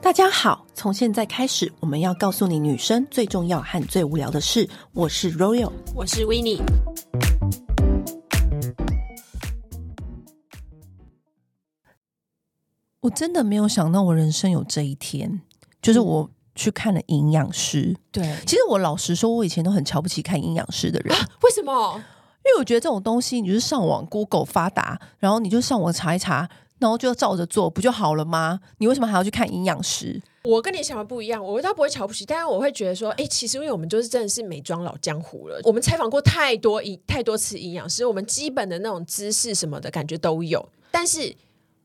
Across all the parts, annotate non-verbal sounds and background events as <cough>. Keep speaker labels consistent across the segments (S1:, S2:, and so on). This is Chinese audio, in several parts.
S1: 大家好，从现在开始，我们要告诉你女生最重要和最无聊的事。我是 Royal，
S2: 我是 w i n n i e
S1: 我真的没有想到我人生有这一天，就是我去看了营养师。
S2: 对，
S1: 其实我老实说，我以前都很瞧不起看营养师的人，
S2: 为什么？
S1: 因为我觉得这种东西，你就是上网 Google 发达，然后你就上网查一查，然后就照着做，不就好了吗？你为什么还要去看营养师？
S2: 我跟你想的不一样，我倒不会瞧不起，但是我会觉得说，哎、其实因为我们就是真的是美妆老江湖了，我们采访过太多营太多次营养师，我们基本的那种知识什么的感觉都有。但是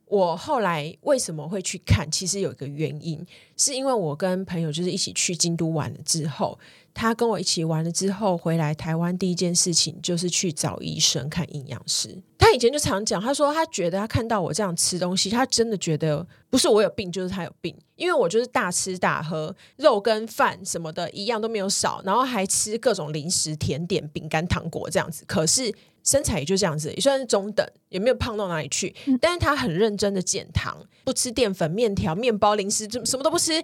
S2: 我后来为什么会去看，其实有一个原因，是因为我跟朋友就是一起去京都玩了之后，他跟我一起玩了之后回来台湾，第一件事情就是去找医生看营养师。他以前就常讲，他说他觉得他看到我这样吃东西，他真的觉得不是我有病，就是他有病，因为我就是大吃大喝，肉跟饭什么的一样都没有少，然后还吃各种零食、甜点、饼干、糖果这样子。可是身材也就这样子，也算是中等，也没有胖到哪里去。但是他很认真的减糖，不吃淀粉、面条、面包、零食，什么都不吃。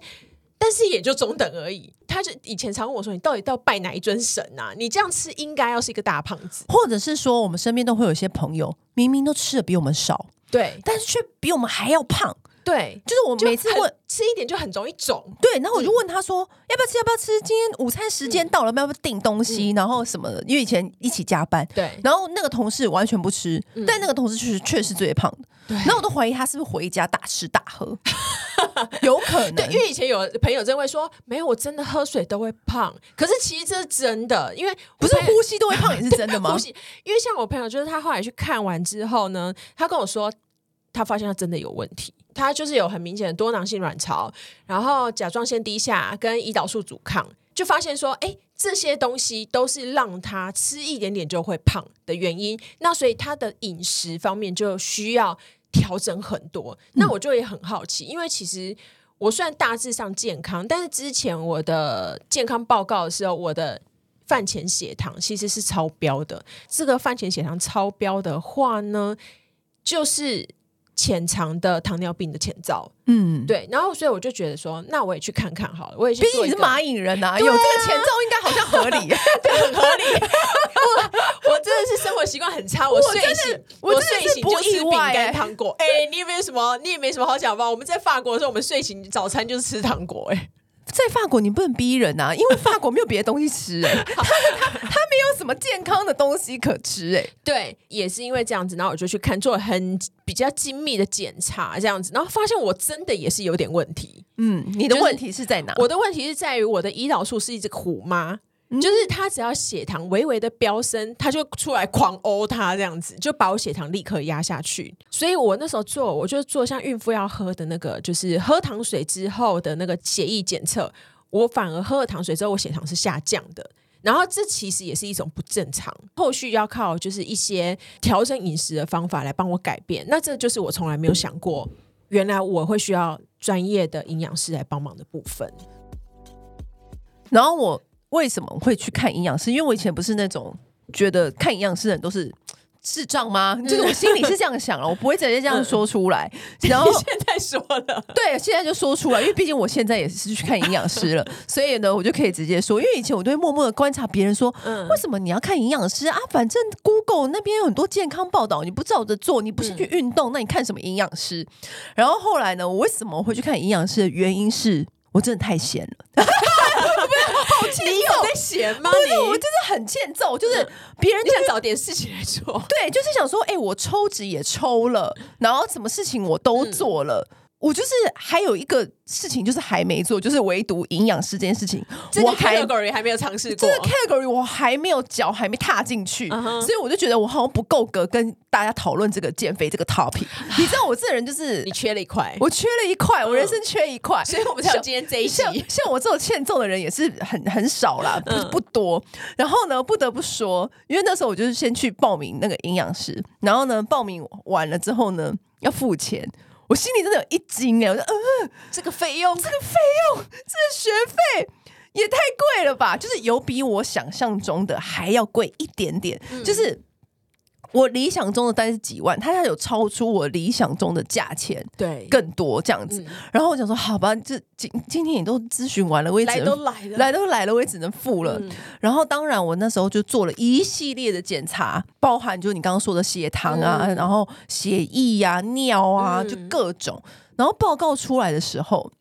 S2: 但是也就中等而已。他就以前常问我说：“你到底到拜哪一尊神啊？你这样吃应该要是一个大胖子。
S1: 或者是说，我们身边都会有一些朋友，明明都吃的比我们少，
S2: 对”
S1: 但是却比我们还要胖。
S2: 对
S1: 就是我
S2: 就
S1: 每次
S2: 很
S1: 问，
S2: 吃一点就很容易肿，
S1: 对，然后
S2: 嗯
S1: 我就问他说：“要不要吃？要不要吃？今天午餐时间到了，要不要订东
S2: 嗯
S1: 西？然后什么的？因为以前一起加班，
S2: 对
S1: 然后那个同事完全不吃，但那个同事确实确实最胖的。
S2: 嗯对
S1: 然后我都怀疑他是不是回家大吃大
S2: <laughs>
S1: 喝，有可能。
S2: 因为以前有朋友真会说，没有，我真的喝水都会胖。可是其实这是真的，因为
S1: 不是
S2: 我朋友
S1: 呼吸都会胖也是真的吗
S2: <laughs> 呼？吸，因为像我朋友，就是他后来去看完之后呢，他跟我说，他发现他真的有问题，他就是有很明显的多囊性卵巢，然后甲状腺低下跟胰岛素阻抗，就发现说，哎，这些东西都是让他吃一点点就会胖的原因。那所以他的饮食方面就需要调整很多。
S1: 嗯
S2: 那我就也很好奇，因为其实。我虽然大致上健康，但是之前我的健康报告的时候，我的饭前血糖其实是超标的。这个饭前血糖超标的话呢，就是潜藏的糖尿病的前兆。
S1: 嗯，
S2: 对，然后所以我就觉得说，那我也去看看好了，我也 <laughs> 去
S1: 毕竟
S2: 做
S1: 你
S2: 一
S1: 是
S2: 个。啊
S1: 蚂蚁人呐、有这个前兆应该好像合
S2: <laughs>
S1: 理。
S2: 很合理。我我真的是生活习惯很差，我睡醒
S1: 我真的
S2: 睡
S1: 是
S2: 醒
S1: 不
S2: 就吃
S1: 意
S2: 饼
S1: 外欸
S2: 干糖果。哎、你有没有什么？你也没什么好讲吧？我们在法国的时候，我们睡醒早餐就是吃糖果、哎。
S1: 在法国你不能逼人呐、啊因为法国没有别的东西吃、
S2: <laughs>
S1: 哎，他他他没有什么健康的东西可吃、哎，
S2: 对，也是因为这样子，然后我就去看，做了很比较精密的检查，这样子，然后发现我真的也是有点问题。
S1: 嗯，你的
S2: 就是
S1: 问题是在哪？
S2: 我的问题是在于我的胰岛素是一只虎妈，就是它只要血糖微微的飙升，它就出来狂殴它这样子，就把我血糖立刻压下去。所以我那时候做，我就做像孕妇要喝的那个，就是喝糖水之后的那个血液检测，我反而喝了糖水之后，我血糖是下降的。然后这其实也是一种不正常，后续要靠就是一些调整饮食的方法来帮我改变。那这就是我从来没有想过，原来我会需要专业的营养师来帮忙的部分。
S1: 然后我为什么会去看营养师？因为我以前不是那种觉得看营养师的人都是智障吗？就是我心里是这样想了，我不会直接这样说出来。然后
S2: 你现在说了，
S1: 对，现在就说出来，因为毕竟我现在也是去看营养师
S2: <laughs>
S1: 了，所以呢，我就可以直接说。因为以前我都会默默的观察别人说，
S2: 嗯
S1: 为什么你要看营养师啊？反正 Google 那边有很多健康报道，你不照着做，你不是去运动，那你看什么营养师？然后后来呢，我为什么会去看营养师的原因是我真的太闲了。
S2: <laughs>
S1: <laughs>
S2: 你有在闲吗？
S1: 对，我
S2: 你
S1: 就是很欠揍，就是别人
S2: 哦嗯你
S1: 就
S2: 想找点事情来做，
S1: 对，就是想说，哎、我抽脂也抽了，然后什么事情我都
S2: 嗯
S1: 做了。我就是还有一个事情，就是还没做，就是唯独营养师这件事情，
S2: 这个
S1: 我还
S2: category 还没有尝试
S1: 这
S2: 过
S1: 个。category 我还没有脚还没踏进去
S2: 嗯哼
S1: 所以我就觉得我好像不够格跟大家讨论这个减肥这个 topic。你知道我这人就是
S2: 你缺了一块，
S1: 我缺了一块，我人生缺一块，
S2: 所以我们才有
S1: 像
S2: 今天这一集。
S1: 像像我这种欠揍的人也是很很少啦，不
S2: 嗯
S1: 不多。然后呢，不得不说，因为那时候我就是先去报名那个营养师，然后呢，报名完了之后呢，要付钱。我心里真的有一惊哎、我说呃，
S2: 这个费用，这个
S1: 费用，这个学费也太
S2: 嗯
S1: 贵了吧？就是有比我想象中的还要贵一点点，就是。我理想中的大概是几万，它它有超出我理想中的价钱
S2: 对，
S1: 更多这样子。然后我想说，好吧，这今今天也都咨询完了，我也只
S2: 来
S1: 能
S2: 都来嗯了，
S1: 来都来了，我也只能付了。然后当然，我那时候就做了一系列的检查，包含就是你刚刚说的血糖啊，
S2: 嗯
S1: 然后血液呀、尿啊，
S2: 嗯
S1: 就各种。然后报告出来的时候，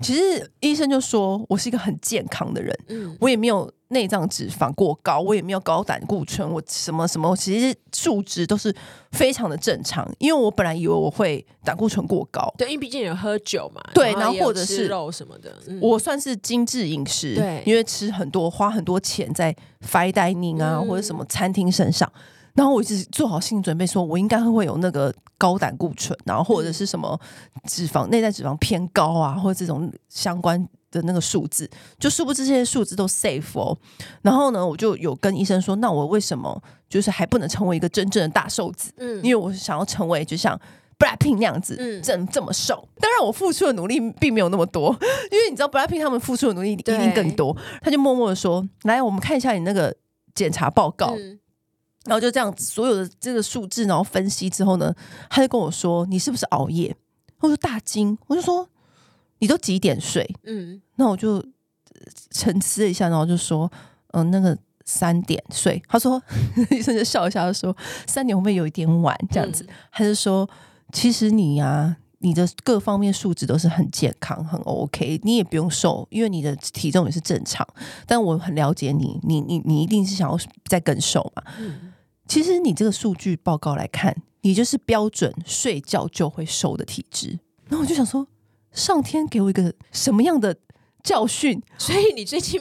S1: 其实医生就说我是一个很健康的人，
S2: 嗯
S1: 我也没有内脏脂肪过高，我也没有高胆固醇，我什么什么，其实数值都是非常的正常。因为我本来以为我会胆固醇过高，
S2: 对，因为毕竟有喝酒嘛，
S1: 对然
S2: 后
S1: 后
S2: 也有
S1: 或者
S2: 吃
S1: 是
S2: 肉什么的，嗯
S1: 我算是精致饮食，
S2: 对
S1: 因为吃很多，花很多钱在 fine dining 啊、
S2: 嗯
S1: 或者什么餐厅身上。然后我一直做好心理准备，说我应该会有那个高胆固醇，然后或者是什么脂肪、内在脂肪偏高啊，或者这种相关的那个数字，就殊不知这些数字都 safe 哦。然后呢，我就有跟医生说，那我为什么就是还不能成为一个真正的大瘦子？
S2: 嗯
S1: 因为我想要成为就像 Blackpink 那样子，
S2: 嗯
S1: 这这么瘦。当然，我付出的努力并没有那么多， <laughs> 因为你知道 Blackpink 他们付出的努力一
S2: 对
S1: 定更多。他就默默的说：“来，我们看一下你那个检查报告。
S2: 嗯
S1: 然后就这样，所有的这个数字，然后分析之后呢，他就跟我说：“你是不是熬夜？”我说：“大惊。”我就说：“你都几点睡
S2: 嗯，？”
S1: 那我就呃沉思了一下，然后就说：“嗯、那个。”三点睡，他说， <laughs> 医生就笑一下，他说三点会不会有一点晚这样子？
S2: 嗯，
S1: 他就说，其实你呀、你的各方面素质都是很健康、很 OK，你也不用瘦，因为你的体重也是正常。但我很了解你，你你你一定是想要再更瘦嘛。
S2: 嗯
S1: 其实你这个数据报告来看，你就是标准睡觉就会瘦的体质。然后我就想说，上天给我一个什么样的教训？
S2: 所以你最近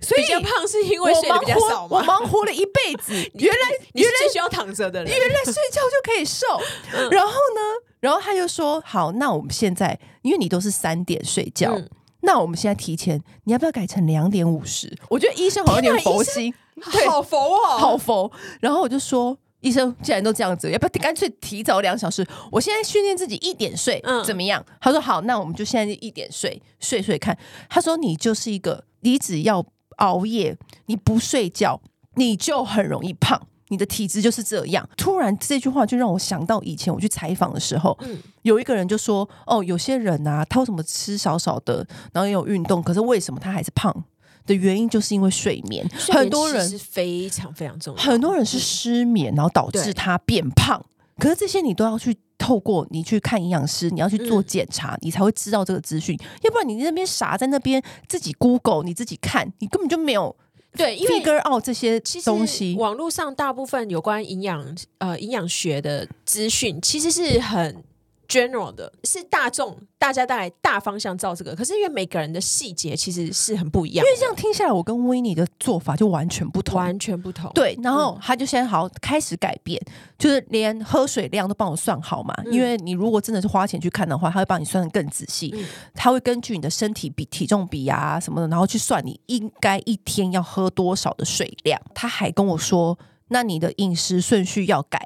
S1: 所以
S2: 比较胖是因
S1: 我
S2: 为睡得
S1: 忙
S2: 比较少
S1: 活，我
S2: 吗？
S1: 忙活了一辈子，原来
S2: <laughs> 你是最需要躺着的人，
S1: 原来睡觉就可以瘦。
S2: 嗯
S1: 然后呢，然后他就说：“好，那我们现在，因为你都是三点睡觉，
S2: 嗯
S1: 那我们现在提前，你要不要改成两点五十？”我觉得医生好像有
S2: 天哪
S1: 点佛
S2: 医生
S1: 心，对
S2: 好佛哦，
S1: 好佛。然后我就说。医生既然都这样子，要不要干脆提早两小时？我现在训练自己一点睡，
S2: 嗯
S1: 怎么样？他说好，那我们就现在就一点睡，睡睡看。他说你就是一个，你只要熬夜，你不睡觉，你就很容易胖。你的体质就是这样。突然这句话就让我想到以前我去采访的时候，
S2: 嗯
S1: 有一个人就说：“哦，有些人啊，他为什么吃少少的，然后也有运动，可是为什么他还是胖？的原因就是因为睡眠。
S2: 睡眠
S1: 很多人
S2: 其实非常非常重要，
S1: 很多人是失眠，然后导
S2: 对
S1: 致他变胖。可是这些你都要去透过你去看营养师，你要去
S2: 嗯
S1: 做检查，你才会知道这个资讯。要不然你那边傻在那边自己 Google，你自己看，你根本就没有
S2: 对，因为
S1: figure out 这些
S2: 其实
S1: 东西。
S2: 网络上大部分有关营养呃营养学的资讯，其实是很 general 的，是大众大家大概大方向照这个。可是因为每个人的细节其实是很不一样
S1: 因，为这样听下来，我跟维尼的做法就完全不同。
S2: 完全不同。
S1: 对，然后他就先好开始改变，就是连喝水量都帮我算好嘛，因为你如果真的是花钱去看的话，他会帮你算的更仔细，
S2: 嗯
S1: 他会根据你的身体比体重比啊什么的，然后去算你应该一天要喝多少的水量。他还跟我说，那你的饮食顺序要改，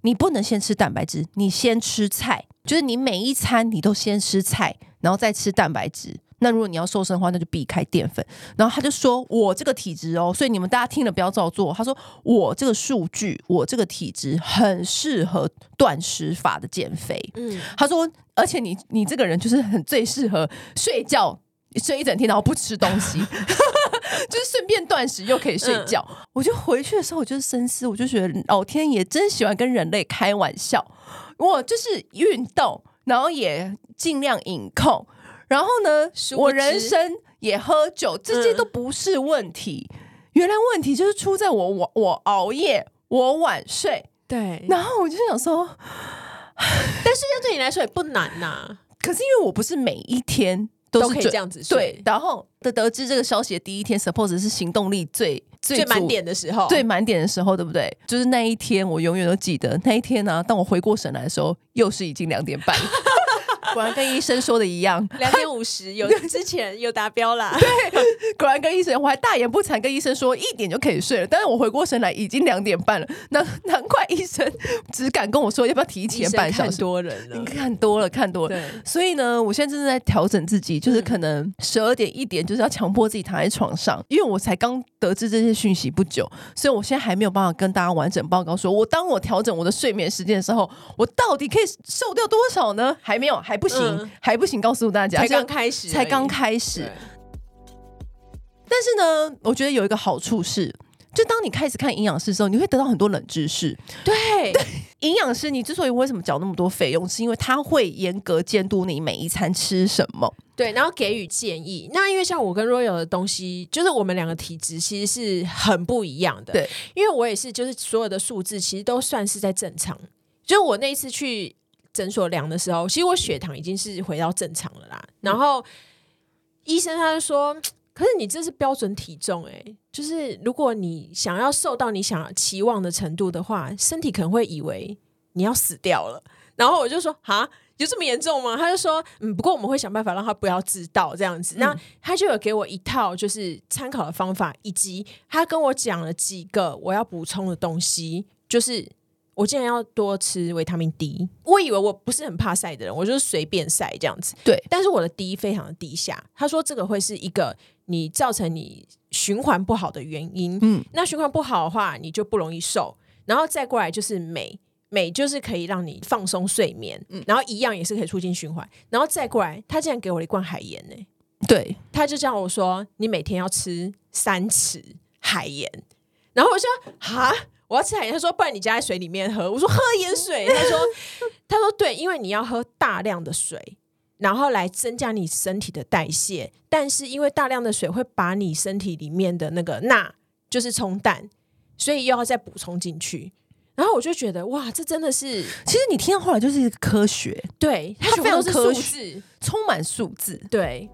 S1: 你不能先吃蛋白质，你先吃菜，就是你每一餐你都先吃菜，然后再吃蛋白质。那如果你要瘦身的话，那就避开淀粉。然后他就说：“我这个体质哦，所以你们大家听了不要照做。”他说：“我这个数据，我这个体质很适合断食法的减肥。”
S2: 嗯，
S1: 他说：“而且你你这个人就是很最适合睡觉。”睡一整天，然后不吃东西， <laughs> 就是顺便断食又可以睡觉。
S2: 嗯
S1: 我就回去的时候，我就深思，我就觉得老天爷真喜欢跟人类开玩笑。我就是运动，然后也尽量饮控，然后呢
S2: 殊，不
S1: 我人
S2: 知
S1: 生也喝酒，这些
S2: 嗯
S1: 都不是问题。原来问题就是出在我我我熬夜，我晚睡。
S2: 对。那
S1: 然后我就想说，
S2: 但睡觉对你来说也不难呐、
S1: 可是因为我不是每一天都
S2: 都
S1: 是
S2: 可以
S1: 准
S2: 这样子
S1: 对
S2: 睡，，
S1: 然后的得知这个消息的第一天，suppose 是行动力最最
S2: 最
S1: 足
S2: 满。点的时候，
S1: 最，满点的时候，对不对？就是那啊
S2: <laughs>
S1: 一天，我永远都记得那一天呢、当我回过神来的时候，又是已经两点半。果然跟医生说的一样，
S3: 两点五十
S1: <laughs>
S3: 有之前有达标啦，
S1: 果然跟医生，我还大言不惭跟医生说一点就可以睡了，但是我回过神来已经两点半了，难难怪医生只敢跟我说要不要提前半小时。
S3: 多人
S1: 你看多了，看多了。
S3: 对，
S1: 所以呢，我现在正在调整自己，
S3: 嗯
S1: 就是可能十二点一点就是要强迫自己躺在床上，因为我才刚得知这些讯息不久，所以我现在还没有办法跟大家完整报告说，我当我调整我的睡眠时间的时候，我到底可以瘦掉多少呢？还没有，还不行，
S3: 嗯
S1: 还不行，告诉大家，
S3: 才
S1: 这样
S3: 刚开始而已，
S1: 才刚开始
S3: 对。。
S1: 但是呢，我觉得有一个好处是，就当你开始看营养师之后，你会得到很多冷知识。
S3: 对，
S1: 营养师你之所以为什么缴那么多费用，是因为他会严格监督你每一餐吃什么。
S2: 对，然后给予建议。那因为像我跟 Royal 的东西，就是我们两个体质其实是很不一样的。
S1: 对，
S2: 因为我也是，就是所有的数字其实都算是在正常。就是我那一次去诊所量的时候，其实我血糖已经是回到正常了啦。然后医生他就说：“可是你这是标准体重、欸，就是如果你想要瘦到你想期望的程度的话，身体可能会以为你要死掉了。”然后我就说：“哈。”有这么严重吗？他就说，嗯，不过我们会想办法让他不要知道这样子。
S1: 嗯
S2: 那他就有给我一套就是参考的方法，以及他跟我讲了几个我要补充的东西，就是我竟然要多吃维他命 D。我以为我不是很怕晒的人，我就是随便晒这样子。
S1: 对，
S2: 但是我的 D 非常的低下。他说这个会是一个你造成你循环不好的原因。
S1: 嗯，
S2: 那循环不好的话，你就不容易瘦。然后再过来就是镁，镁就是可以让你放松睡眠，然后一样也是可以促进循环。然后再过来，他竟然给我了一罐海盐呢、
S1: 对，
S2: 他就叫我说你每天要吃三匙海盐，然后我就说哈。我要吃海盐，他说不然你加在水里面喝。我说喝盐水， <laughs> 他说他说对，因为你要喝大量的水，然后来增加你身体的代谢。但是因为大量的水会把你身体里面的那个钠就是冲淡，所以又要再补充进去。然后我就觉得哇，这真的是
S1: 其实你听到后来就是一个科学，
S2: 对
S1: 它非常
S2: 全部
S1: 科
S2: 都是数
S1: 学
S2: 字，
S1: 充满数字。
S2: 对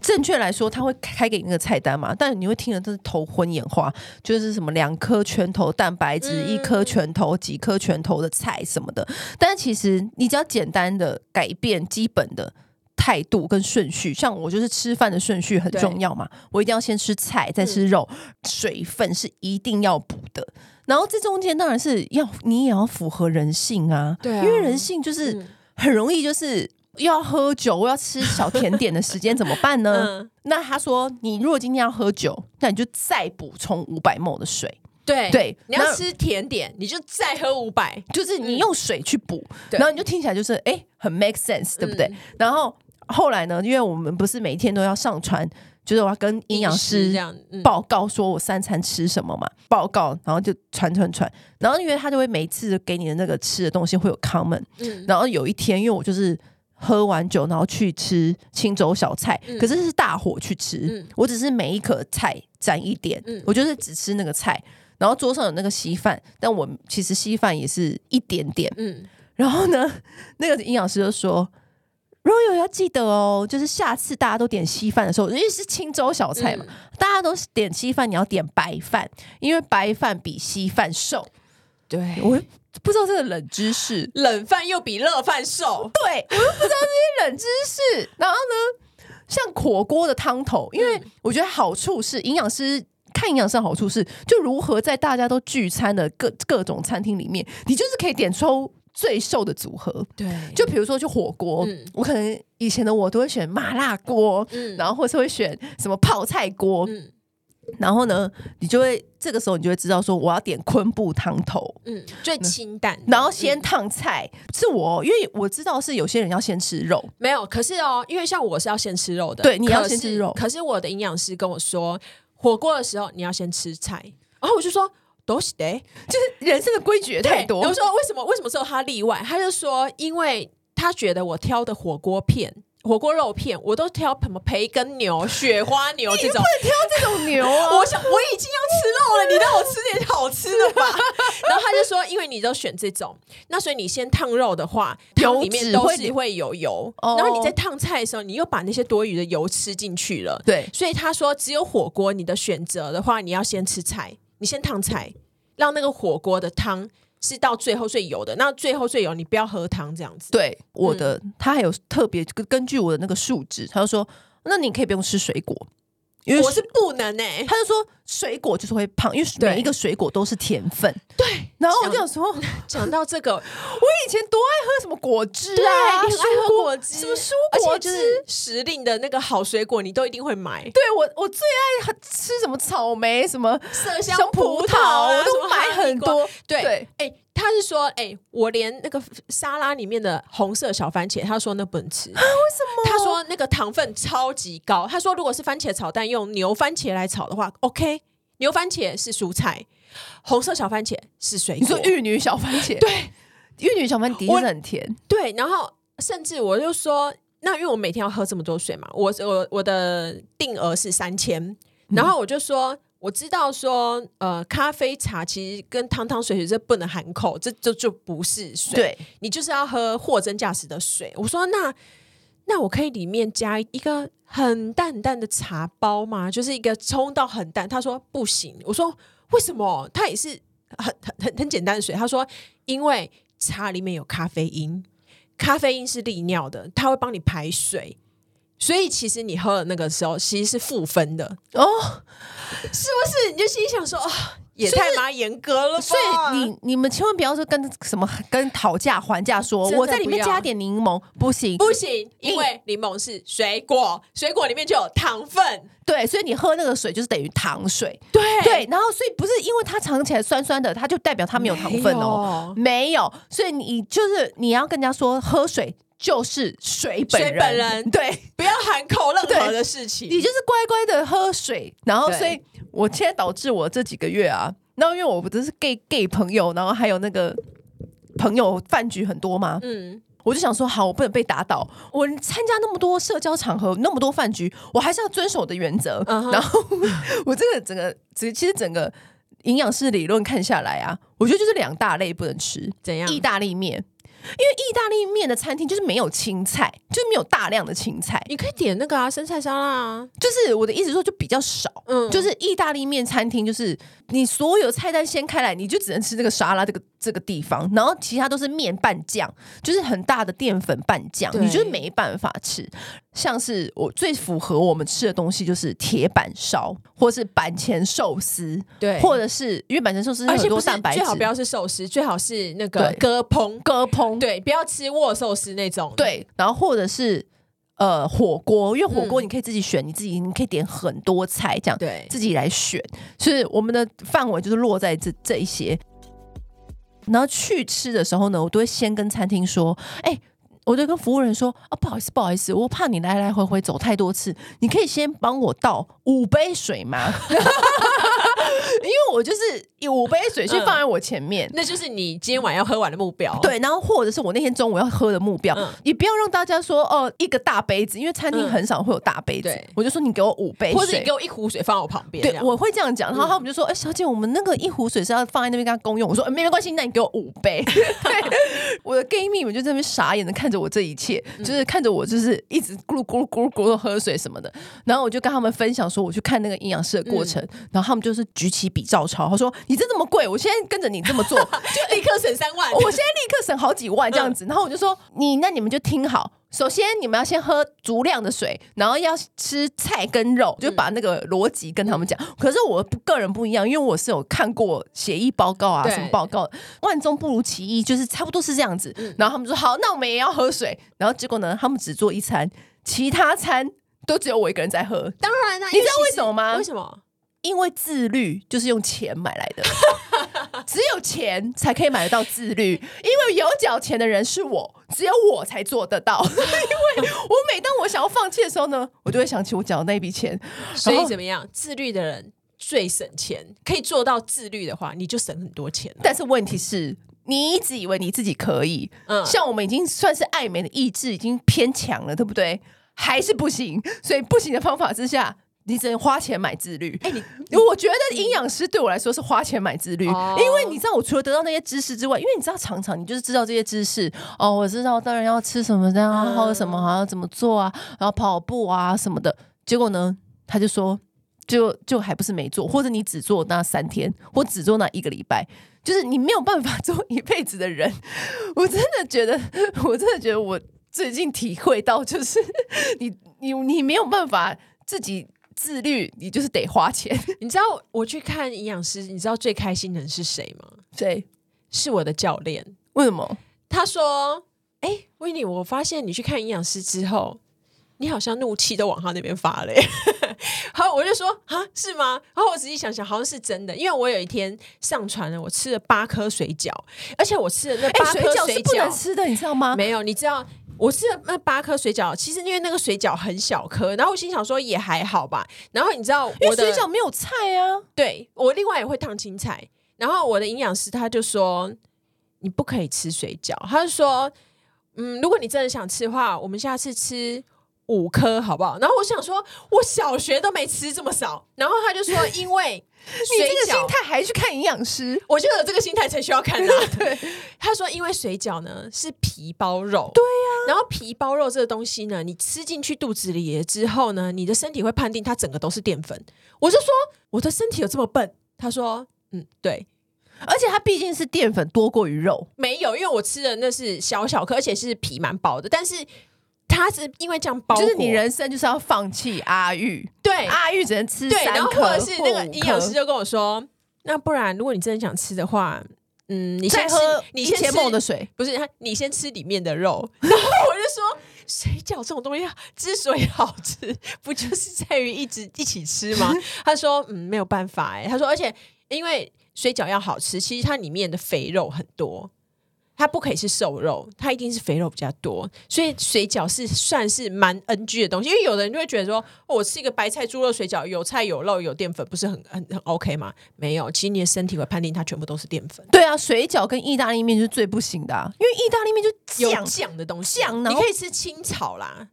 S1: 正确来说，他会开给你那个菜单嘛，但你会听得真是头昏眼花，就是什么两颗拳头蛋白质，
S2: 嗯
S1: 一颗拳头，几颗拳头的菜什么的。但其实你只要简单的改变基本的。态度跟顺序，像我就是吃饭的顺序很
S2: 对嗯
S1: 重要嘛，我一定要先吃菜，再吃肉，水分是一定要补的。然后这中间当然是要你也要符合人性啊，
S2: 对啊
S1: 因为人性就是、
S2: 嗯
S1: 很容易就是又要喝酒，我要吃小甜点的时间怎么办呢？
S2: 嗯
S1: 那他说，你如果今天要喝酒，那你就再补充五百 ml 的水，
S2: 对
S1: 对
S2: 哎你要
S1: 那
S2: 吃甜点，你就再喝五百，
S1: 就是你用水去补，
S2: 嗯对嗯
S1: 然后你就听起来就是哎、诶很 make sense，对不对？然后后来呢，因为我们不是每天都要上传，就是我要跟营养
S2: 饮
S1: 师
S2: 食这样，嗯
S1: 报告说我三餐吃什么嘛，报告，然后就传传传，然后因为他就会每一次给你的那个吃的东西会有 comment，
S2: 嗯
S1: 然后有一天因为我就是喝完酒，然后去吃青州小菜，
S2: 嗯
S1: 可是是大火去吃，
S2: 嗯
S1: 我只是每一颗菜沾一点，
S2: 嗯
S1: 我就是只吃那个菜，然后桌上有那个稀饭，但我其实稀饭也是一点点，
S2: 嗯，
S1: 然后呢， <laughs> 那个营养师就说。Royal 要记得哦，就是下次大家都点稀饭的时候，因为是青州小菜嘛，大家都是点稀饭，你要点白饭，因为白饭比稀饭瘦。
S2: 对
S1: 我不知道这个冷知识，
S2: 冷饭又比热饭瘦，
S1: 对，我又不知道这些冷知识。然后呢，像火锅的汤头，因为我觉得好处是营养师。看营养师的好处是，就如何在大家都聚餐的各各种餐厅里面，你就是可以点出最瘦的组合。
S2: 对，
S1: 就比如说去火锅，
S2: 嗯
S1: 我可能以前的我都会选麻辣锅，
S2: 嗯
S1: 然后或是会选什么泡菜锅，
S2: 嗯
S1: 然后呢，你就会这个时候你就会知道说我要点昆布汤头，
S2: 嗯最清淡的，
S1: 然后先
S2: 嗯
S1: 烫菜。是我哦，因为我知道是有些人要先吃肉，
S2: 没有，可是哦，因为像我是要先吃肉的，
S1: 对你要
S2: 可是
S1: 先吃肉
S2: 可是我的营养师跟我说，火锅的时候你要先吃菜，然后我就说。都是的，
S1: 就是人生的规矩也太多。
S2: 对我说为什么为什么只有他例外？他就说，因为他觉得我挑的火锅片、火锅肉片，我都挑什么培根牛、雪花牛这种。
S1: 挑这种牛 <laughs> 啊，
S2: 我想我已经要吃肉了，你让我吃点好吃
S1: <laughs>
S2: 的吧。然后他就说，因为你都选这种，那所以你先烫肉的话，
S1: 油
S2: 汤里面
S1: 脂
S2: 都
S1: 会
S2: 是会有油，
S1: 哦
S2: 然后你在烫菜的时候，你又把那些多余的油吃进去了。
S1: 对
S2: 所以他说，只有火锅你的选择的话，你要先吃菜，你先烫菜，让那个火锅的汤是到最后最油的，那最后最油你不要喝汤这样子。
S1: 对
S2: 嗯
S1: 我的，他还有特别根根据我的那个数值，他就说，那你可以不用吃水果，因为
S2: 我是不能哎、
S1: 他就说水果就是会胖，因为
S2: 对
S1: 每一个水果都是甜分。
S2: 对，
S1: 然后我
S2: 讲
S1: 就想说，我 <laughs>
S2: 讲到这个，
S1: 以前多爱喝什么果汁
S2: 对
S1: 啊，
S2: 你很爱喝果汁
S1: 什么蔬
S2: 而
S1: 果
S2: 且
S1: 汁，
S2: 就是时令的那个好水果，你都一定会买。
S1: 对我我最爱喝吃什么草莓什么。
S2: 麝
S1: 香
S2: 葡
S1: 葡萄啊
S2: 我
S1: 什
S2: 都
S1: 么
S2: 买
S1: 哈密
S2: 很
S1: 瓜
S2: 多。对，哎
S1: 对、
S2: 他是说，哎、我连那个沙拉里面的红色小番茄，他说那不能
S1: 啊
S2: 吃。他说那个糖分超级高。他说如果是番茄炒蛋用牛番茄来炒的话，OK，牛番茄是蔬菜，红色小番茄是水
S1: 你
S2: 果
S1: 说。玉女小番茄，
S2: 对
S1: 玉女小番茄的确是很甜，
S2: 对，然后甚至我就说，那因为我每天要喝这么多水嘛，我我我的定额是三千，然后我就说。我知道说，呃，咖啡茶其实跟汤汤水水这不能含口，这这就不是水。，
S1: 对，
S2: 你就是要喝货真价实的水。我说那那我可以里面加一个很淡很淡的茶包吗？就是一个冲到很淡。他说不行。我说为什么？它也是很很很很简单的水。他说因为茶里面有咖啡因，咖啡因是利尿的，它会帮你排水。所以其实你喝了那个时候，其实是负分的，
S1: 哦，
S2: 是不是？你就心里想说，哦，也
S1: 所以
S2: 太蛮严格了吧？
S1: 所以你你们千万不要说跟什么跟讨价还价说，
S2: 真的
S1: 我在里面
S2: 不要
S1: 加点柠檬不行，
S2: 不行，因
S1: 你
S2: 为柠檬是水果，水果里面就有糖分。
S1: 对，所以你喝那个水就是等于糖水，
S2: 对
S1: 对，然后所以不是因为它尝起来酸酸的，它就代表它没有糖分哦，没有，所以你就是你要跟人家说喝水就是水本人，
S2: 水本人
S1: 对
S2: 不要含口任何
S1: 对
S2: 的事情。
S1: 你就是乖乖的喝水，然后
S2: 对
S1: 所以我现在导致我这几个月啊，然后因为我不是 gay gay 朋友，然后还有那个朋友饭局很多嘛，
S2: 嗯，
S1: 我就想说，好，我不能被打倒。我参加那么多社交场合，那么多饭局，我还是要遵守我的原则。
S2: 嗯哼
S1: 然后我这个整个，其其实整个营养师理论看下来啊，我觉得就是两大类不能吃：
S2: 怎样？
S1: 意大利面，因为意大利面的餐厅就是没有青菜，就是没有大量的青菜，
S2: 你可以点那个啊，生菜沙拉啊。
S1: 就是我的意思说就比较少。
S2: 嗯
S1: 就是意大利面餐厅，就是你所有菜单掀开来，你就只能吃这个沙拉这个这个地方，然后其他都是面拌酱，就是很大的淀粉拌酱，
S2: 对
S1: 你就是没办法吃。像是我最符合我们吃的东西，就是铁板烧，或是板前寿司，
S2: 对
S1: 或者是因为板前寿司有
S2: 而
S1: 很
S2: 且
S1: 多
S2: 不是
S1: 蛋白质，
S2: 最好不要是寿司，最好是那个
S1: 对
S2: 割烹。
S1: 割烹，
S2: 对，不要吃握寿司那种。，
S1: 对，然后或者是呃火锅，因为火锅
S2: 嗯
S1: 你可以自己选，你自己你可以点很多菜这样。
S2: 对
S1: 自己来选，所以我们的范围就是落在这这一些。然后去吃的时候呢，我都会先跟餐厅说，哎、我就跟服务人说啊，不好意思，不好意思，我怕你来来回回走太多次，你可以先帮我倒五杯水吗？ <laughs> 因为我就是有五杯水先放在我前面，
S2: 那就是你今天晚上要喝完的目标。，
S1: 对，然后或者是我那天中午要喝的目标，
S2: 嗯
S1: 也不要让大家说哦、一个大杯子，因为餐厅
S2: 嗯
S1: 很少会有大杯子，
S2: 对
S1: 我就说你给我五杯水，
S2: 或者你给我一壶水放我旁边。这
S1: 对，
S2: 样嗯
S1: 我会这样讲。然后他们就说：“哎、小姐，我们那个一壶水是要放在那边跟他公用。”我说：“哎没没关系，那你给我五
S2: <laughs>
S1: 杯。对”我的 gay 蜜们就在那边傻眼的看着我这一切，
S2: 嗯
S1: 就是看着我就是一直咕噜咕噜咕噜咕噜喝水什么的。然后我就跟他们分享说我去看那个营养师的过程，
S2: 嗯
S1: 然后他们就是举起笔照抄，他说：“你这这么贵，我现在跟着你这么
S2: <laughs>
S1: 做，
S2: 就立刻省三万。嗯
S1: 我现在立刻省好几万这样子。然后我就说，你那你们就听好，首先你们要先喝足量的水，然后要吃菜跟肉，
S2: 嗯
S1: 就把那个逻辑跟他们讲。可是我不个人不一样，因为我是有看过协议报告啊，
S2: 对
S1: 什么报告，万中不如其一，就是差不多是这样子。
S2: 嗯
S1: 然后他们说好，那我们也要喝水。然后结果呢，他们只做一餐，其他餐都只有我一个人在喝，
S2: 当然啦，
S1: 你知道
S2: 因
S1: 为什么吗
S2: 其实为什么？
S1: 因为自律就是用钱买来的， <laughs> 只有钱才可以买得到自律。因为有缴钱的人是我，只有我才做得到。 <laughs> 因为我每当我想要放弃的时候呢，我就会想起我缴的那笔钱。
S2: 所以
S1: 然后
S2: 怎么样？自律的人最省钱，可以做到自律的话，你就省很多钱了。
S1: 但是问题是。你一直以为你自己可以，
S2: 嗯
S1: 像我们已经算是爱美的意志已经偏强了，对不对？还是不行，所以不行的方法之下，你只能花钱买自律。
S2: 哎、
S1: <laughs>
S2: 你
S1: 我觉得营养师对我来说是花钱买自律，
S2: 哦
S1: 因为你知道，我除了得到那些知识之外，因为你知道，常常你就是知道这些知识哦，我知道当然要吃什么，这样
S2: 嗯
S1: 啊喝什么，还要怎么做啊，然后跑步啊什么的。结果呢，他就说，就就还不是没做，或者你只做那三天，或只做那一个礼拜，就是你没有办法 <laughs> 做一辈子的人。我真的觉得，我真的觉得我最近体会到，就是 <laughs> 你你你没有办法自己自律，你就是得花钱。
S2: 你知道我去看营养师，你知道最开心的人是谁吗？
S1: 对，
S2: 是我的教练。
S1: 为什么？
S2: 他说：“哎、威尼，我发现你去看营养师之后，你好像怒气都往他那边发嘞。” <laughs> 好，我就说：“啊，是吗？”然后我仔细想想，好像是真的，因为我有一天上传了，我吃了八颗水饺，而且我吃了那
S1: 哎、
S2: 八
S1: 水
S2: 颗
S1: 饺是
S2: 水
S1: 不
S2: 饺
S1: 能吃的，你知道吗？
S2: 没有，你知道我吃了那八颗水饺，其实因为那个水饺很小颗，然后我心想说也还好吧。然后你知道
S1: 因
S2: 我
S1: 为
S2: 的
S1: 水饺没有菜啊。
S2: 对我另外也会烫青菜，然后我的营养师他就说嗯你不可以吃水饺，他就说嗯，如果你真的想吃的话，我们下次吃。五颗好不好？然后我想说，我小学都没吃这么少。然后他就说，因为
S1: <laughs> 你
S2: 水
S1: 这个
S2: 饺
S1: 心态还去看营养师？
S2: 我就有这个心态才需要
S1: <laughs>
S2: 看啦、对，他说因为水饺呢是皮包肉，对
S1: 啊
S2: 呀、然后皮包肉这个东西呢，你吃进去肚子里之后呢，你的身体会判定它整个都是淀粉。我就说我的身体有这么笨？他说嗯，对。
S1: 而且它毕竟是淀粉多过于肉，
S2: 没有，因为我吃的那是小小颗，而且是皮蛮薄的。但是它是因为这样包裹，
S1: 就是你人生就是要放弃阿玉，
S2: 对
S1: 阿玉只能吃
S2: 对，
S1: 三
S2: 然后
S1: 颗
S2: 或者是那个
S1: 五
S2: 营养师
S1: 颗
S2: 就跟我说，那不然如果你真的想吃的话，嗯，你
S1: 再
S2: 先吃
S1: 喝
S2: 你
S1: 一
S2: 先
S1: 千
S2: 吃
S1: 梦的水，
S2: 不是他，你先吃里面的肉。 <laughs> 然后我就说，水饺这种东西之所以好吃，不就是在于一直一起吃吗？ <laughs> 他说，嗯，没有办法哎、他说，而且因为水饺要好吃，其实它里面的肥肉很多，它不可以是瘦肉，它一定是肥肉比较多，所以水饺是算是蛮 NG 的东西。因为有的人就会觉得说，哦、我吃一个白菜猪肉水饺，有菜有肉有淀粉，不是很很很 OK 吗？没有，其实你的身体会判定它全部都是淀粉。
S1: 对啊，水饺跟意大利面就是最不行的、啊，因为意大利面就
S2: 有
S1: 酱，
S2: 酱的东西，
S1: 酱然
S2: 你
S1: 后
S2: 可以吃青草啦，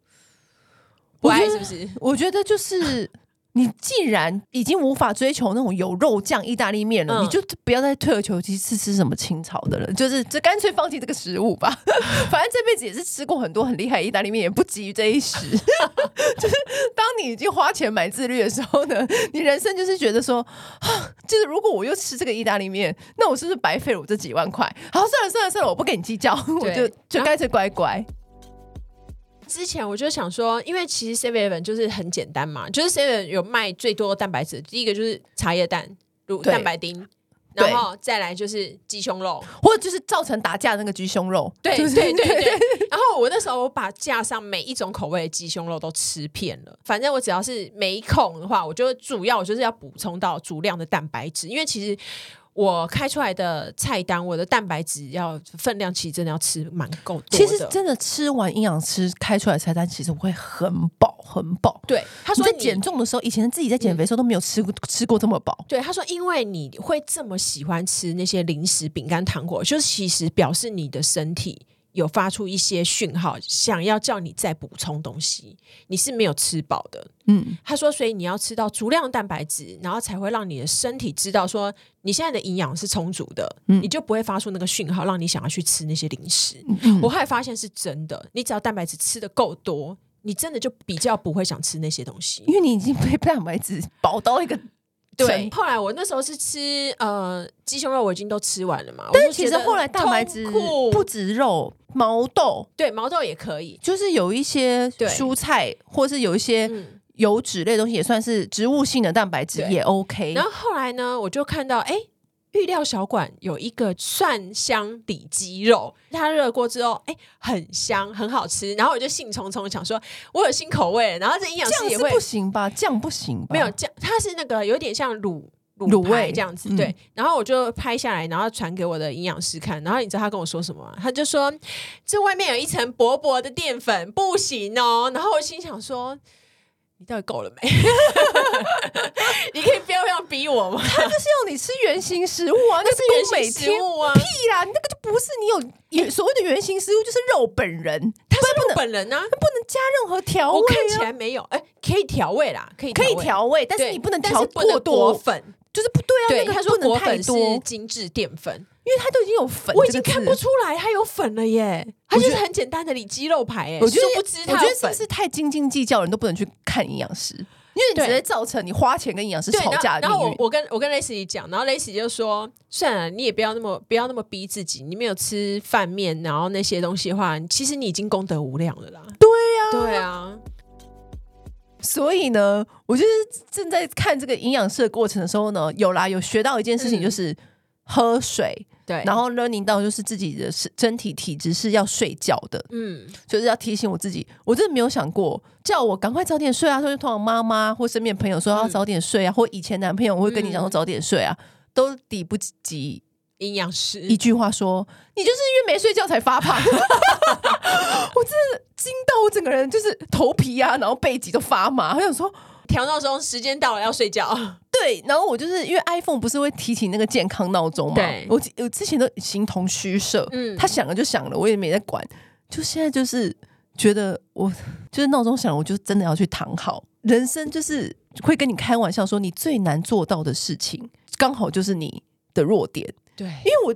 S2: 不
S1: 我觉
S2: 爱
S1: 得
S2: 是不是？
S1: 我觉得就是。你既然已经无法追求那种有肉酱意大利面了，
S2: 嗯
S1: 你就不要再退求其次吃什么清炒的了，就是这干脆放弃这个食物吧。 <laughs> 反正这辈子也是吃过很多很厉害的意大利面，也不急于这一时。 <laughs> 就是当你已经花钱买自律的时候呢，你人生就是觉得说，啊就是如果我又吃这个意大利面，那我是不是白费了我这几万块？好，算了算了算了，我不跟你计较， <laughs> 我就就干脆乖乖。
S2: 之前我就想说，因为其实 Seven Eleven 就是很简单嘛，就是 Seven 有卖最多蛋白质，第一个就是茶叶蛋、乳
S1: 对
S2: 蛋白丁，
S1: 对
S2: 然后再来就是鸡胸肉，
S1: 或者就是造成打架的那个鸡胸肉，
S2: 对
S1: 就是
S2: 对对对。 <laughs> 然后我那时候我把架上每一种口味的鸡胸肉都吃遍了，反正我只要是没空的话，我就主要我就是要补充到足量的蛋白质，因为其实。我开出来的菜单，我的蛋白质要分量，其实真的要吃蛮够多的。
S1: 其实真的吃完营养师开出来的菜单，其实我会很饱很饱。
S2: 对他
S1: 他
S2: 说
S1: 在
S2: 你嗯
S1: 减重的时候，以前自己在减肥的时候都没有吃过吃过这么饱。
S2: 对，他说，因为你会这么喜欢吃那些零食、饼干、糖果，就是其实表示你的身体有发出一些讯号，想要叫你再补充东西，你是没有吃饱的。
S1: 嗯，
S2: 他说，所以你要吃到足量蛋白质，然后才会让你的身体知道说你现在的营养是充足的，
S1: 嗯
S2: 你就不会发出那个讯号，让你想要去吃那些零食。
S1: 嗯
S2: 我后来发现是真的，你只要蛋白质吃的够多，你真的就比较不会想吃那些东西。
S1: 因为你已经被蛋白质饱到一个
S2: 对
S1: 程，度。
S2: 后来我那时候是吃呃鸡胸肉，我已经都吃完了嘛。
S1: 但是
S2: 我就
S1: 其
S2: 觉
S1: 实
S2: 得
S1: 后来蛋白质
S2: 痛苦
S1: 不止肉、毛豆，
S2: 对毛豆也可以，
S1: 就是有一些
S2: 对
S1: 蔬菜，或是有一些
S2: 嗯。
S1: 油脂类的东西，也算是植物性的蛋白质，
S2: 对
S1: 也 OK
S2: 然。后后来呢，我就看到哎，预料小馆有一个蒜香里脊肉，它热过之后，哎，很香，很好吃。然后我就兴冲冲地想说，我有新口味了，然后这营养
S1: 酱
S2: 师也
S1: 是
S2: 会
S1: 不行吧？酱不行吧？
S2: 没有酱，它是那个有点像卤
S1: 卤
S2: 排
S1: 味
S2: 这样子，
S1: 嗯
S2: 对。然后我就拍下来，然后传给我的营养师看。然后你知道他跟我说什么吗？他就说这外面有一层薄薄的淀粉，不行哦。然后我心想说。你到底够了没？ <laughs> 你可以不要这样逼我吗？
S1: 就是要你吃原型食物啊，那
S2: 那
S1: 是
S2: 是
S1: 每
S2: 原型食
S1: 天
S2: 物啊，
S1: 屁啦，你那个就不是你有有所谓的原型食物，就是肉本人，它
S2: 它是我本人啊，
S1: 不能加任何调味
S2: 我看起
S1: 啊。
S2: 来没有，哎，可以调味啦，可以
S1: 可以
S2: 味，
S1: 调味，但
S2: 对
S1: 是你不能
S2: 但
S1: 调
S2: 是不能
S1: 过
S2: 裹
S1: 多，
S2: 粉。
S1: 就是不对啊。
S2: 对，
S1: 那个
S2: 他说
S1: 不能
S2: 裹
S1: 太
S2: 粉是
S1: 多，因
S2: 精致淀粉，
S1: 为它都已经有粉，
S2: 我已经看不。出来它有粉了耶，它就是很简单的里肌肉排耶。
S1: 我觉得
S2: 殊不知
S1: 我
S2: 它
S1: 觉
S2: 有
S1: 得是
S2: 粉
S1: 不是太斤斤计较，人都不能去看营养师？因为你
S2: 对
S1: 直接造成你花钱跟营养师
S2: 对，
S1: 吵架
S2: 然后
S1: 的
S2: 然
S1: 命
S2: 后我
S1: 运。
S2: 我跟我跟雷西讲，然后雷西就说：“算了，你也不要那么不要那么逼自己，你没有吃饭面，然后那些东西的话，其实你已经功德无量了啦。”对呀、对啊，
S1: 所以呢，我就是正在看这个营养师的过程的时候呢，有啦，有学到一件事情，
S2: 嗯
S1: 就是喝水，
S2: 对。
S1: 然后 learning 到就是自己的身身体体质是要睡觉的，
S2: 嗯，
S1: 就是要提醒我自己，我真的没有想过叫我赶快早点睡啊。所以通常妈妈或身边朋友说要
S2: 嗯
S1: 早点睡啊，或以前男朋友我会跟你讲说
S2: 嗯
S1: 早点睡啊，都抵不及
S2: 营养师
S1: 一句话说你就是因为没睡觉才发胖。 <laughs> 我真的惊到我整个人就是头皮啊，然后背脊都发麻，我想说。
S2: 调闹钟，时间到了要睡觉。
S1: 对，然后我就是因为 iPhone 不是会提醒那个健康闹钟嘛，
S2: 对
S1: 我我之前都形同虚设，
S2: 嗯
S1: 他想了就想了，我也没在管。就现在就是觉得我就是闹钟响了，我就真的要去躺好。人生就是会跟你开玩笑说，你最难做到的事情，刚好就是你的弱点，
S2: 对，
S1: 因为我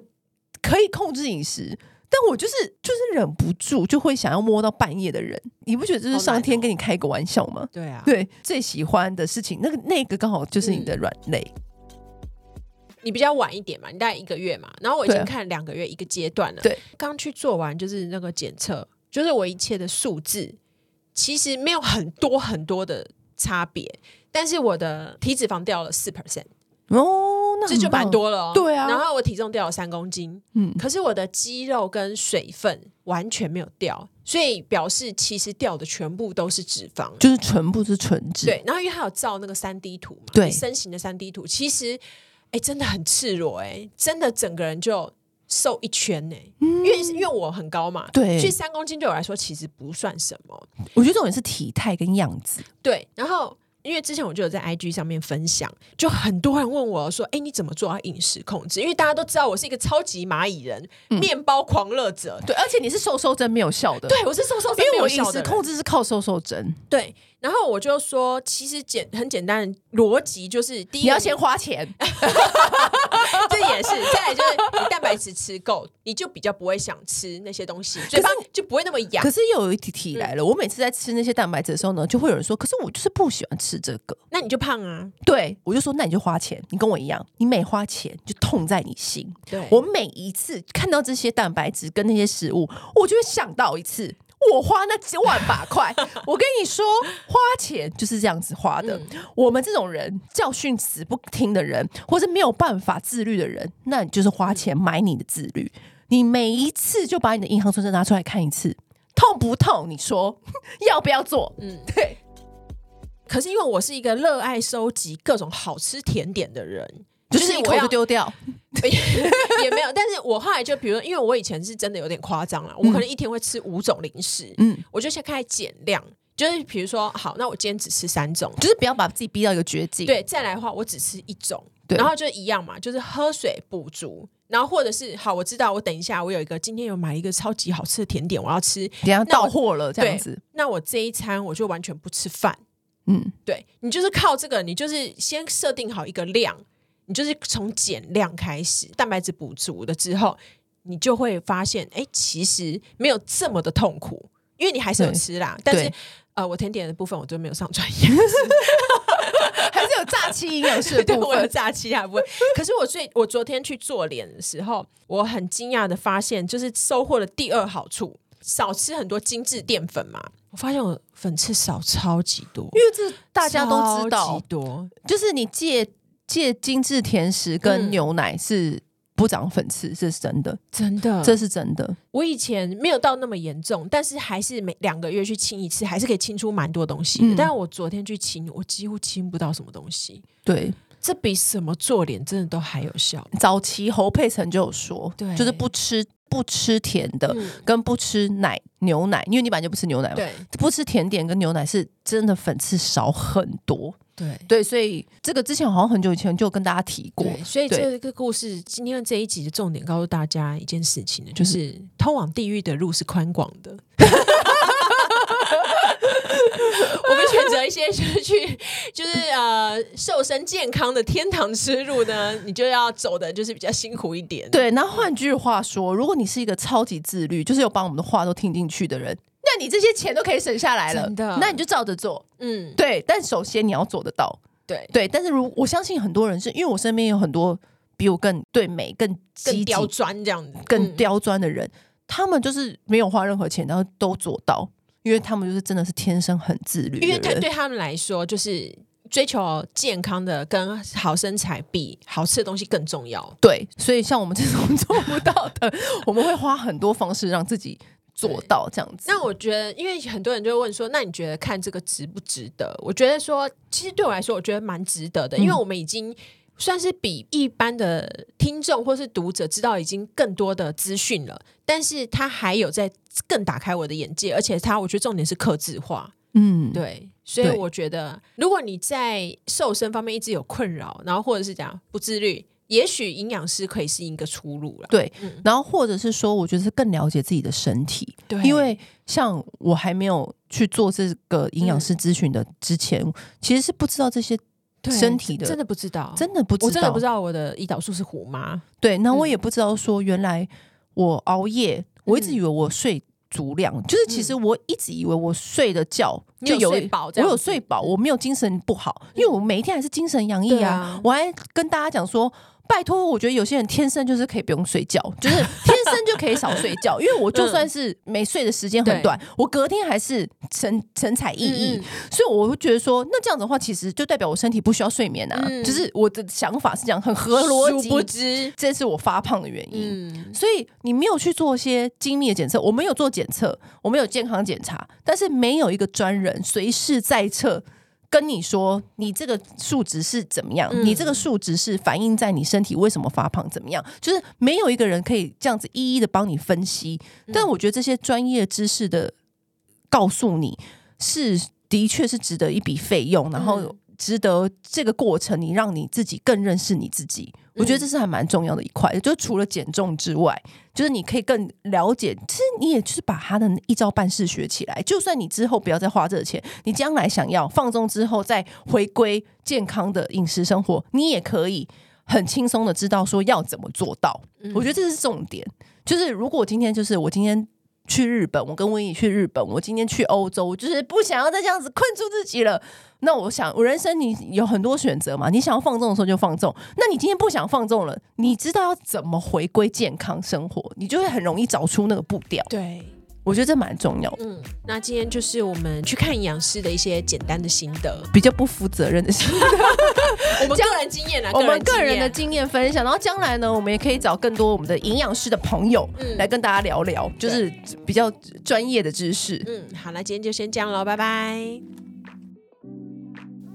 S1: 可以控制饮食。但我就是就是忍不住就会想要摸到半夜的人，你不觉得这是
S2: 好
S1: 上
S2: 难
S1: 天
S2: 哦
S1: 跟你开个玩笑吗？
S2: 对啊，
S1: 对，最喜欢的事情，那个那个刚好就是你
S2: 嗯
S1: 的软肋。
S2: 你比较晚一点嘛，你大概一个月嘛，然后我已
S1: 对啊
S2: 经看两个月一个阶段了。
S1: 对，
S2: 刚去做完就是那个检测，就是我一切的数字其实没有很多很多的差别，但是我的体脂肪掉了四 percent，
S1: 哦，那
S2: 这就
S1: 很棒
S2: 蛮。多了、哦。
S1: 对啊
S2: 然后我体重掉了三公斤，
S1: 嗯，
S2: 可是我的肌肉跟水分完全没有掉，所以表示其实掉的全部都是脂肪。
S1: 就是全部是纯脂。，
S2: 对，然后因为它有照那个三 D 图嘛，
S1: 对
S2: 你身形的三 D 图，其实哎、真的很赤裸哎、真的整个人就瘦一圈呢、因为因为我很高嘛，
S1: 对
S2: 所以三公斤对我来说其实不算什么。
S1: 我觉得重点是体态跟样子。
S2: 对，然后因为之前我就有在 IG 上面分享，就很多人问我说：“哎、你怎么做到饮食控制？”因为大家都知道我是一个超级蚂蚁人，面包狂热者。
S1: 对，而且你是瘦瘦针没有效的，，
S2: 对，我是瘦瘦身
S1: 因
S2: 没
S1: 为
S2: 有
S1: 我
S2: 效
S1: 饮
S2: 的
S1: 食
S2: 人
S1: 控制是靠瘦瘦针，
S2: 对，然后我就说，其实简很简单的逻辑就是，第一
S1: 你要
S2: 个
S1: 先花钱。
S2: 这也是，再来就是你蛋白质吃够，你就比较不会想吃那些东西，嘴巴就不会那么痒
S1: 可。是又有一题题来了，我每次在吃那些蛋白质的时候呢，就会有人说，可是我就是不喜欢吃这个。
S2: 那你就胖啊，
S1: 对，我就说那你就花钱，你跟我一样，你每花钱就痛在你心。
S2: 对
S1: 我每一次看到这些蛋白质跟那些食物，我就会想到一次。我花那几万把块，我跟你说，花钱就是这样子花的。我们这种人，教训死不听的人，或是没有办法自律的人，那你就是花钱买你的自律。你每一次就把你的银行存折拿出来看一次，痛不痛？你说 <laughs> 要不要做？嗯，对，
S2: 可是因为我是一个热爱收集各种好吃甜点的人，
S1: 就是一
S2: 我
S1: 口
S2: 要
S1: 就丢掉。
S2: <laughs> 也没有，但是我后来就比如，因为我以前是真的有点夸张了，我可能一天会吃五种零食，
S1: 嗯
S2: 嗯，我就先开始减量，就是比如说，好，那我今天只吃三种，
S1: 就是不要把自己逼到一个绝境。，
S2: 对，再来的话，我只吃一种，
S1: 对
S2: 然后就一样嘛，就是喝水补足，然后或者是好，我知道，我等一下我有一个今天有买一个超级好吃的甜点，我要吃，
S1: 等一下
S2: 那
S1: 到
S2: 我
S1: 货了这样
S2: 对
S1: 子。
S2: 那我这一餐我就完全不吃饭，
S1: 嗯，
S2: 对你就是靠这个，你就是先设定好一个量，你就是从减量开始，蛋白质补足了之后，你就会发现，哎，其实没有这么的痛苦，因为你还是有
S1: 对
S2: 吃啦，但是
S1: 对。
S2: 呃，我甜点的部分我都没有上专业，
S1: 还是有诈欺营养
S2: <laughs>
S1: 师的
S2: 对
S1: 部
S2: 我有
S1: 分。
S2: 假期还不会。可是我最我昨天去做脸的时候，我很惊讶的发现，就是收获了第二好处，少吃很多精致淀粉嘛。我发现我粉刺少超级多，
S1: 因为这大家都知
S2: 超
S1: 道
S2: 级，多
S1: 就是你戒戒精致甜食跟
S2: 嗯
S1: 牛奶是不长粉刺，这是真的，
S2: 真的。
S1: 这
S2: 这
S1: 是真的。
S2: 我以前没有到那么严重，但是还是每两个月去清一次，还是可以清出蛮多东西的。
S1: 嗯
S2: 但我昨天去清，我几乎清不到什么东西。
S1: 对，
S2: 这比什么做脸真的都还有效。
S1: 早期侯佩岑就有说，
S2: 对
S1: 就是不吃不吃甜的，
S2: 嗯，
S1: 跟不吃奶牛奶，因为你本来就不吃牛奶嘛。
S2: 对
S1: 不吃甜点跟牛奶是真的粉刺少很多，
S2: 对
S1: 对，所以这个之前好像很久以前就有跟大家提过，
S2: 对，所以
S1: 对
S2: 这个故事今天这一集的重点告诉大家一件事情呢，
S1: 嗯
S2: 就是通往地狱的路是宽广的。 <laughs> 我们选择一些就是去就是呃瘦身健康的天堂之路呢，你就要走的就是比较辛苦一点。
S1: 对，那换句话说，如果你是一个超级自律，就是有把我们的话都听进去的人，那在你这些钱都可以省下来了
S2: 真的，
S1: 那你就照着做。
S2: 嗯，
S1: 对，但首先你要做得到。
S2: 对，
S1: 对，但是如我相信很多人是因为我身边有很多比我更对美、更积
S2: 更
S1: 极、
S2: 刁钻这样子，
S1: 更
S2: 嗯
S1: 刁钻的人，他们就是没有花任何钱，然后都做到，因为他们就是真的是天生很自律的
S2: 因为他
S1: 人
S2: 对他们来说，就是追求健康的跟好身材比好吃的东西更重要。
S1: 对，所以像我们这种 <laughs> 做不到的，我们会花很多方式让自己做到这样子。
S2: 那我觉得，因为很多人就会问说，那你觉得看这个值不值得？我觉得说，其实对我来说，我觉得蛮值得的，因为
S1: 嗯
S2: 我们已经算是比一般的听众或是读者知道已经更多的资讯了，但是他还有在更打开我的眼界，而且他我觉得重点是克制化。
S1: 嗯，
S2: 对，所以
S1: 对
S2: 我觉得，如果你在瘦身方面一直有困扰，然后或者是讲不自律，也许营养师可以是一个出路了。
S1: 对
S2: 嗯，
S1: 然后或者是说，我觉得是更了解自己的身体，
S2: 对
S1: 因为像我还没有去做这个营养师咨询的之前，其实是不知道这些，
S2: 嗯对
S1: 身体的
S2: 真的不知道，
S1: 真的不知道，
S2: 我真的不知道我的胰岛素是虎妈。
S1: 对，那我
S2: 嗯
S1: 也不知道说原来我熬夜，我一直
S2: 嗯
S1: 以为我睡足量，就是其实我一直以为我睡的觉
S2: 你
S1: 就
S2: 有
S1: 有
S2: 睡
S1: 一
S2: 饱这
S1: 我
S2: 样
S1: 有
S2: 子嗯
S1: 睡饱，我没有精神不好，因为我每一天还是精神洋溢
S2: 对
S1: 啊
S2: 啊。
S1: 我还跟大家讲说。拜托，我觉得有些人天生就是可以不用睡觉，就是天生就可以少睡觉。因为我就算是没睡的时间很
S2: 嗯对
S1: 短，我隔天还是神神采奕奕
S2: 嗯嗯。
S1: 所以我会觉得说，那这样子的话，其实就代表我身体不需要睡眠啊。
S2: 嗯
S1: 就是我的想法是这样，很合逻辑。
S2: 殊不知，
S1: 这是我发胖的原因。
S2: 嗯，
S1: 所以你没有去做一些精密的检测，我们有做检测，我们有健康检查，但是没有一个专人随时在测，跟你说你这个数值是怎么样，
S2: 嗯
S1: 你这个数值是反映在你身体为什么发胖怎么样，就是没有一个人可以这样子一一的帮你分析。
S2: 嗯
S1: 但我觉得这些专业知识的告诉你是的确是值得一笔费用，然后
S2: 嗯
S1: 值得这个过程你让你自己更认识你自己。我觉得这是还蛮重要的一块，就除了减重之外，就是你可以更了解，其实你也就是把他的一招半式学起来。就算你之后不要再花这个钱，你将来想要放纵之后再回归健康的饮食生活，你也可以很轻松的知道说要怎么做到。
S2: 嗯
S1: 我觉得这是重点。就是如果我今天就是我今天去日本，我跟温怡去日本，我今天去欧洲，我就是不想要再这样子困住自己了。那我想，我人生你有很多选择嘛，你想要放纵的时候就放纵。那你今天不想放纵了，你知道要怎么回归健康生活，你就会很容易找出那个步调。
S2: 对。
S1: 我觉得这蛮重要的，
S2: 嗯，那今天就是我们去看营养师的一些简单的心得，
S1: 比较不负责任的事。
S2: 我们个人经验啦，
S1: 我们
S2: 经
S1: 个人
S2: 验
S1: 的经验分享，然后将来呢，我们也可以找更多我们的营养师的朋友
S2: 嗯
S1: 来跟大家聊聊，就是比较专业的知识。
S2: 嗯，好，那今天就先这样喽，拜拜。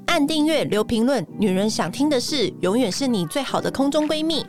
S4: 按订阅、留评论，女人想听的事，永远是你最好的空中闺蜜。